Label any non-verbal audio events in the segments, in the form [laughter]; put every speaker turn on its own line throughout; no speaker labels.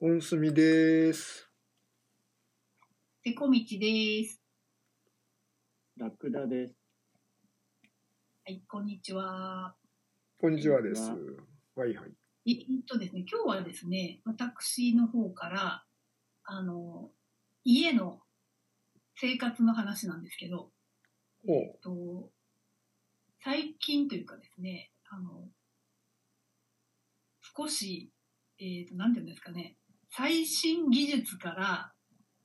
おんすみです。
ペコミチです。
ラクダです。
はい、こんにちは。
こんにちはです
こん。
はいはい。
ええっとですね、今日はですね、私の方から、あの、家の生活の話なんですけど、
お
えっと、最近というかですね、あの、少し、えっ、と、なんていうんですかね、最新技術から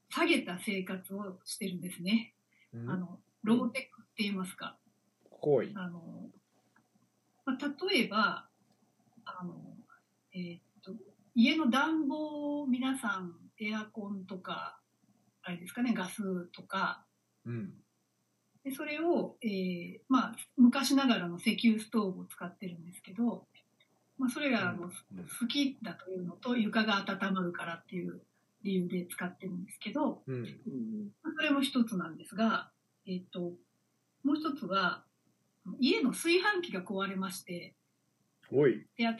下げた生活をしてるんですね。
うん
あの、ローテックって言いますか。
ほい。
あの、まあ、例えば、あの、えーっと、家の暖房を皆さん、エアコンとか、あれですかね、ガスとか、
うん。
でそれを、えーまあ、昔ながらの石油ストーブを使ってるんですけど、まあ、それがあ
う
の、
ん
好きだというのと、床が温まるからっていう理由で使ってるんですけど、
うん。
うん
まあそれも一つなんですが、えっ、と、もう一つは、家の炊飯器が壊れまして、
ほい。
で、新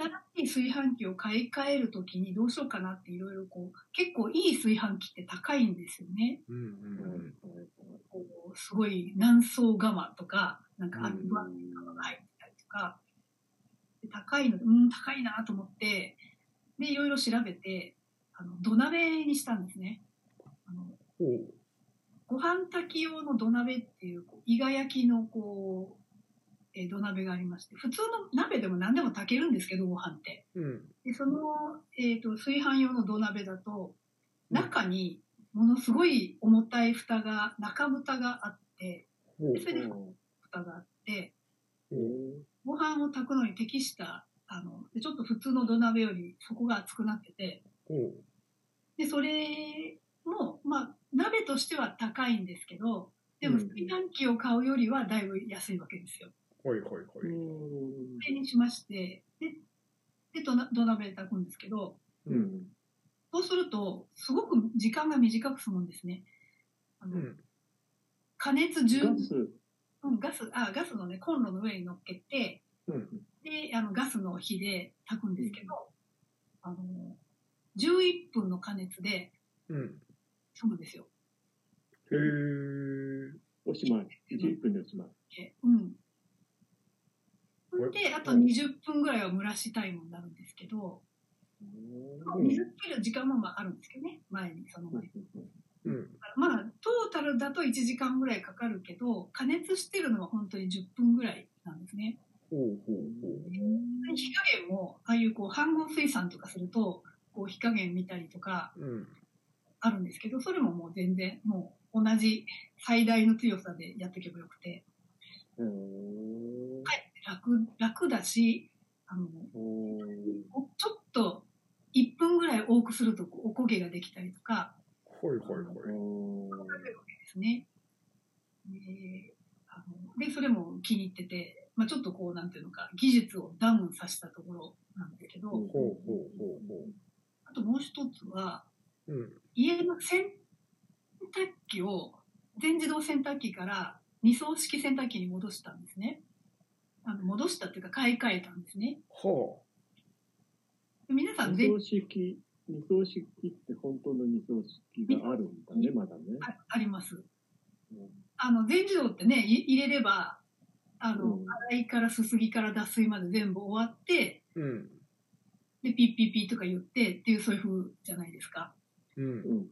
しい炊飯器を買い替えるときにどうしようかなっていろいろこう、結構いい炊飯器って高いんですよね。
うんうん
こうすごい南宋釜とか、なんか
うん
アルバム釜が入ってたりとか、で高いので、うん、高いなと思って、で、いろいろ調べて、あの土鍋にしたんですね。あの
うん。おう。
ご飯炊き用の土鍋っていう、こう伊賀焼きのこう、えー土鍋がありまして、普通の鍋でも何でも炊けるんですけど、ご飯って。
うん。
で、その、えっ、と、炊飯用の土鍋だと、
うん
中にものすごい重たい蓋が、中蓋があって、
ほう
でそれで
おう
蓋があって、
ほう。
ご飯を炊くのに適した、あの、でちょっと普通の土鍋より底が厚くなってて、
ほう。
で、それも、まあ、鍋としては高いんですけど、でも
うん
炊飯器を買うよりはだいぶ安いわけですよ。
ほいほいほ
う
い。
ん
それにしまして、で、で土な土鍋で炊くんですけど、
う。
うんん
そうすると、すごく時間が短く済むんですね。あ
う
の
ん。
加熱順、
ガス。
うんガス、あ、ガスのね、コンロの上に乗っけて、
うん。
で、あの、ガスの火で炊くんですけど、あの、11分の加熱で
うん。
済むんですよ。
へー。
おしまい。11分でおしまい。
ってうん。
こ
で、あと
うん
20分ぐらいは蒸らしタイムになるんですけど、水切る時間もまああるんですけどね、前にその前に。
うん。
まあ、トータルだと1時間ぐらいかかるけど、加熱してるのは本当に10分ぐらいなんですね。
ほうほうほう。
火加減も、ああいうこう、半合水産とかすると、こう、火加減見たりとか
うん。
あるんですけど、それももう全然、もう同じ最大の強さでやっていけばよくて、
うん
楽、楽だし、あの、
おー
おちょっと1分ぐらい多くするとこうおこげができたりとか
ほいほいほい。
おー
ですね。であのでそれも気に入ってて、まあ、ちょっとこうなんていうのか技術をダウンさせたところなんですけど、
う
ほ
ん
うほうほうほ
あともう一つは
う。うん。
家の洗濯機を全自動洗濯機から二層式洗濯機に戻したんですね。あの戻したっていうか買い替えたんですね。
は
で皆さん
二
全
層式、二層式って本当の二層式があるんだね、まだね。
ああります。
うん
あの全自動ってねい入れればあの、
うん
洗いからすすぎから脱水まで全部終わって、
あ。うん。
で、ピッピッピッとか言ってっていう、そういう風じゃないですか。
うん。
うん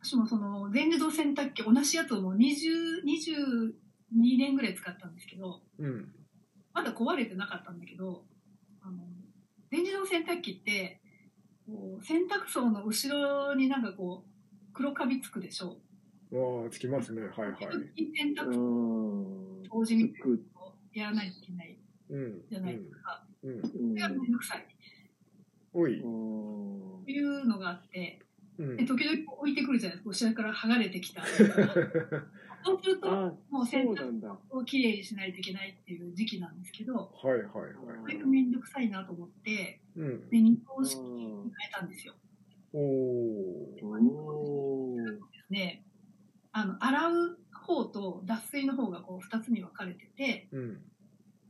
私もその、全自動洗濯機、同じやつをもう20、22年ぐらい使ったんですけど、
うん。
まだ壊れてなかったんだけど、あの、全自動洗濯機って、こう洗濯槽の後ろになんかこう、黒カビつくでしょ。
わあ、つきますね。はいはい。
洗
あ
濯槽
ー
同時にやらないといけない
うん。
じゃないですか。
うん。うん。
うん
それがめんどくさい。
ほい。
うん
というのがあって、
うん [laughs]
で。時々置いてくるじゃないですか、後ろから剥がれてきた。そうすると、
あ
もう
ー、
洗
そう
濯
なんだ。
をきれいにしないといけないっていう時期なんですけど、
はいはいはい。
これがめんどくさいなと思って、
うん。
で、二等式
うん
に変えたんですよ。
おお。
おー
で、あの、洗う方と脱水の方がこう二つに分かれてて、
うん。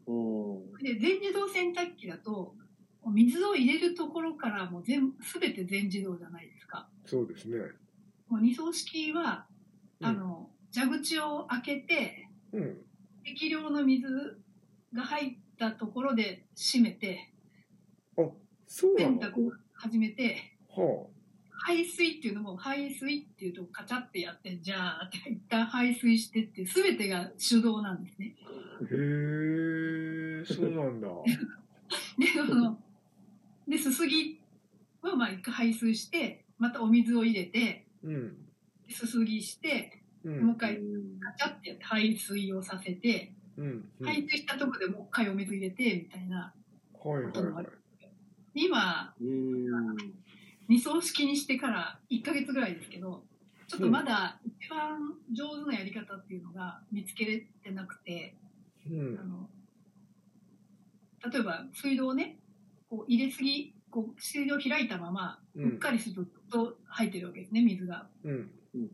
おー
で、全自動洗濯機だと、お水を入れるところからもう全全て全自動じゃないですか。
そうですね。
もう二層式は、
うん
あの、蛇口を開けて、
うん。
適量の水が入ったところで閉めて、
あ、そうな
洗
の。
濯を始めて、
は
排水っていうのも排水っていうとカチャってやって、じゃあって一旦排水してって、すべてが手動なんですね。 [laughs]
あ。へえ、そうなん [laughs] だ。
で、その、で、すすぎはまあ一回排水して、またお水を入れて、
うん。
すすぎして、
う
もうん一。回カチャってやって排水をさせて、
うん。うん
排水したとこでもう一回お水入れて、みたいな。
はいはいはい。
今、
うん。
二層式にしてから1ヶ月ぐらいですけど、ちょっとまだ一番上手なやり方っていうのが見つけれてなくて、
う
あ
ん。
の、例えば水道をね、こう入れすぎ、こう水道を開いたまま、
う
うっ
ん。
かりするとずっと入ってるわけですね、水が。
うん。
うん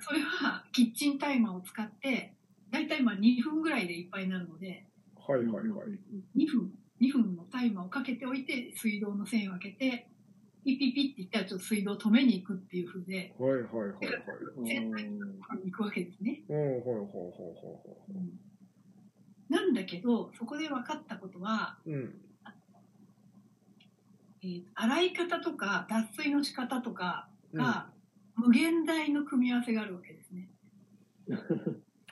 それはキッチンタイマーを使って、だいたいまあ2分ぐらいでいっぱいになるので、
はいはいはい。
2分、2分のタイマーをかけておいて、水道の線を開けて、ピッピッピッって言ったらちょっと水道を止めに行くっていう風で、
はいはいはいはい。
行くわけですね。
うん、はいはいはいはい
なんだけど、そこで分かったことは、
はい。うん。
えー洗い方とか脱水の仕方とか
うん。
が、無限大の組み合わせがあるわけです
[laughs]
ね。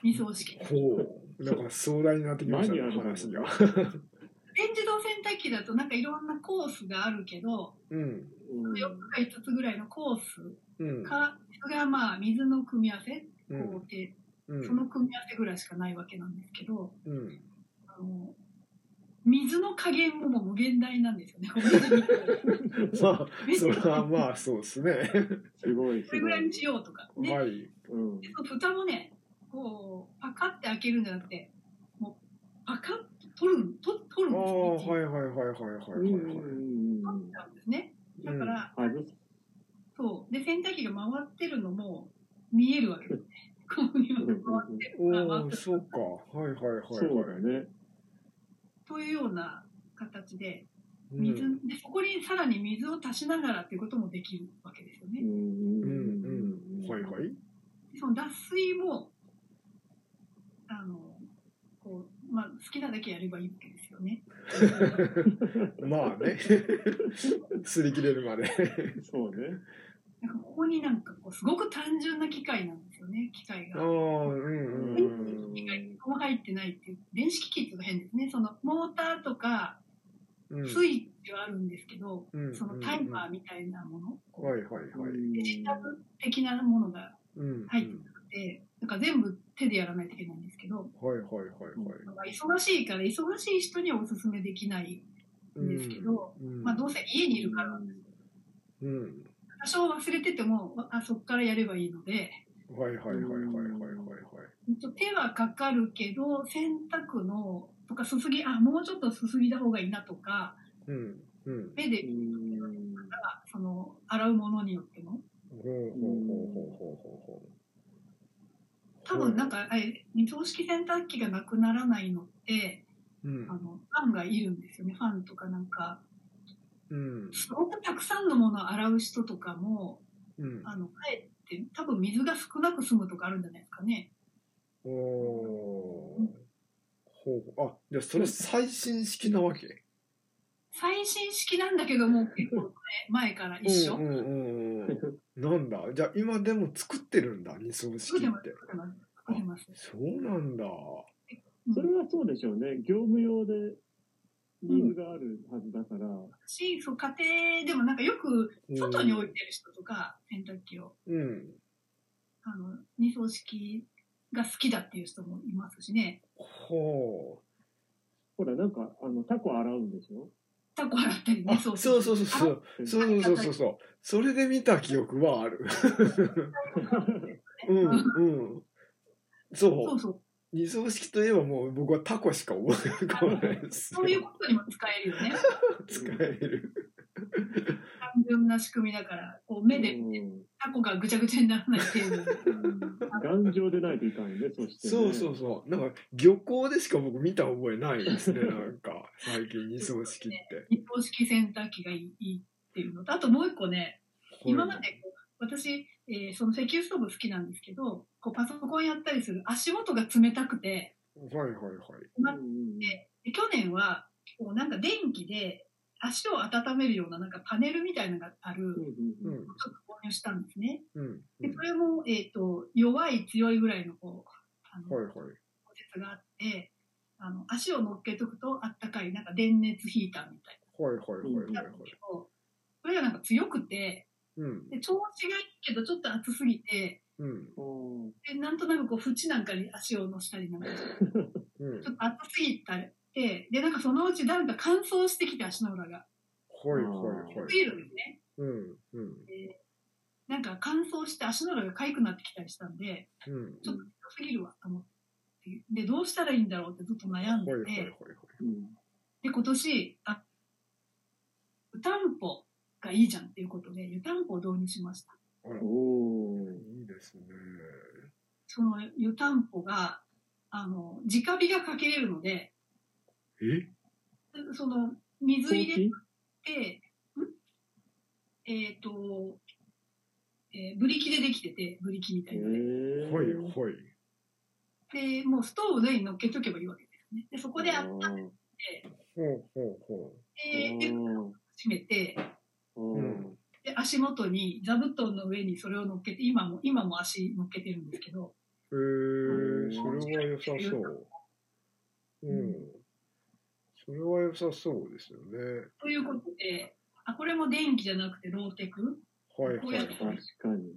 二層式。
ほう。なんか壮大になってきましたね、
何ある
話が。
全自動洗濯機だとなんかいろんなコースがあるけど、
うん。
うん
4つか5つぐらいのコース
うん。
か、それがまあ水の組み合わせ、
う
工
ん。
程、
うん
その組み合わせぐらいしかないわけなんですけど、
うん。
あの、水の加減ももう無限大なんですよね。
[laughs]
お水に
まあ、 [laughs] それ
[laughs]
はまあ、そうですね。
すごい、
こ
す
れぐ
ご
らい
い。
にしようとか。ね
はい。
うん
で、その蓋もね、こう、パカって開けるんじゃなくて、もう、パカッと取る、取取る
ああ、
んですね。
はいはいはいはいはいはいはい。
取っちゃうんですね。だか
うん
ら、
外
そう。で、洗濯機が回ってるのも見えるわけですね。こういうのが回ってるのが
お
回っ [laughs]
お、
てる
そうか。はいはいはいはい。
そうだね。
というような形で、
うん。
水、で、そこにさらに水を足しながらっていうこともできるわけですよね
う。ん
う
うん
んうん。はいはい。
でその脱水も、あの、こう、まあ、好きなだけやればいいわけですよね。
まあ [laughs] ね。擦り切れるまで。
そうね。
なんかここになんかこう、すごく単純な機械なんですよね、機械
ああ、
が。
うんうん
ここ入ってないっていう、電子機器っていうのが変ですね。そのモーターとか、
うん。
スイッチはあるんですけど、
うん
そのタイマーみたいなもの、こう
はいはいはい。
デジタル的なものが
うん。
入ってなくて、なんか全部手でやらないといけないんですけど、
はいはいはいはい。
なんか忙しいから、忙しい人にはおすすめできないんですけど、
うん、
まあどうせ家にいるから、
うん。
多少忘れてても、あそこからやればいいので、
はいはいはいはいはいはいはい。
ちょっと手はかかるけど、洗濯の、とかすすぎ、あ、もうちょっとすすぎた方がいいなとか、
うん。うん。
目で、その、洗うものによっても。
ほうほうほうほうほうほうほ
多分なんか、あれ、二層式洗濯機がなくならないのって、
う。うん
あ。の、ファンがいるんですよね。ファンとかなんか、
うん。
すごくたくさんのものを洗う人とかも、
うん。
あの、かえって、多分水が少なく済むとかあるんじゃないですかね。
おお。ほうほう。あ、じゃあそれ最新式なわけ
最新式なんだけども、結構前前から一緒。
うんうんうん。なんだじゃあ今でも作ってるんだ、二層式っ
作ってます、
て。
作ってます。作ってます。
そうなんだ。
うん
それはそうでしょうね。業務用でニーズがあるはずだから。
し、そう、家庭でもなんかよく外に置いてる人とか、洗濯機を、
うん。
あの、二層式が好きだっていう人もいますしね。
ほ
ほら、なんか、あの、タコ洗うんでしょ
タコ洗ったり
う。あ、
ね、
そうそうそうそ
洗っ
う。そうそうそうそうそう。それで見た記憶はある。うんうん。
そ
そうう。
そう。
二層式といえばもう僕はタコしか覚えてこないです
そういうことにも使えるよね。
使える。
単純な仕組みだから、こう目で
うん
タコがぐちゃぐちゃにならない程
[laughs]
度に。
頑丈でないといかんよね、そして
[laughs]
ね。
そうそうそう。なんか漁港でしか僕見た覚えないですね。なんか。最近二層式って。
日本式洗濯機がいいいいっていうのと、あともう一個ね、今までこう私、えーその石油ストーブ好きなんですけど、こうパソコンやったりする足元が冷たくて、
はいはいはい。
な
うん
でで去年は、こうなんか電気で足を温めるようななんかパネルみたいなのがある、
うん
ちょ
う
うん
ん
っと購入したんですね。
うんう
で、
ん
そ。れも、えっ、と、弱い強いぐらいのこう、あの、
はいはい。
補節があって、あの、足を乗っけとくとあったかい、なんか電熱ヒーターみたい
はいはいはいはい
な。
はい
あるんだけど、それがなんか強くて、
うん
で、調子がいいけどちょっと熱すぎて、
うん
うん。
で、なんとなくこう、縁なんかに足を乗したりなんかして、
うん
ちょっと暑すぎたりして、で、なんかそのうちなんか乾燥してきて足の裏が。
はいはいは
すぎ
い。
るんですね。
うんうん
なんか乾燥して足の裏が痒くなってきたりしたんで、
うん。
ちょっと暑すぎるわと思って。で、どうしたらいいんだろうってずっと悩ん
はいはい
で
はいは
て
い、。
うん
で、今年、あ、湯たんぽがいいじゃんっていうことで、湯たんぽを導入しました。
あら、い
おー
いですね。
その湯たんぽが、あの、直火がかけれるので、
え
その、水入れ
陶器
って、んえっ、と、えーブリキでできてて、ブリキみた
へ
いなね。
はい
ー
はい。
で、もうストーブの上に乗っけとけばいいわけですね。で、そこで
あ
温め
ー
ほうほうほ
て、で、閉めて、
うん
うん
で、足元に座布団の上にそれを乗っけて、今も、今も足乗っけてるんですけど、
う。へえ、それは良さそう。うん。それは良さそうですよね。
ということで、あ、これも電気じゃなくてローテク
はいはい
こうやって
はい。
確かに。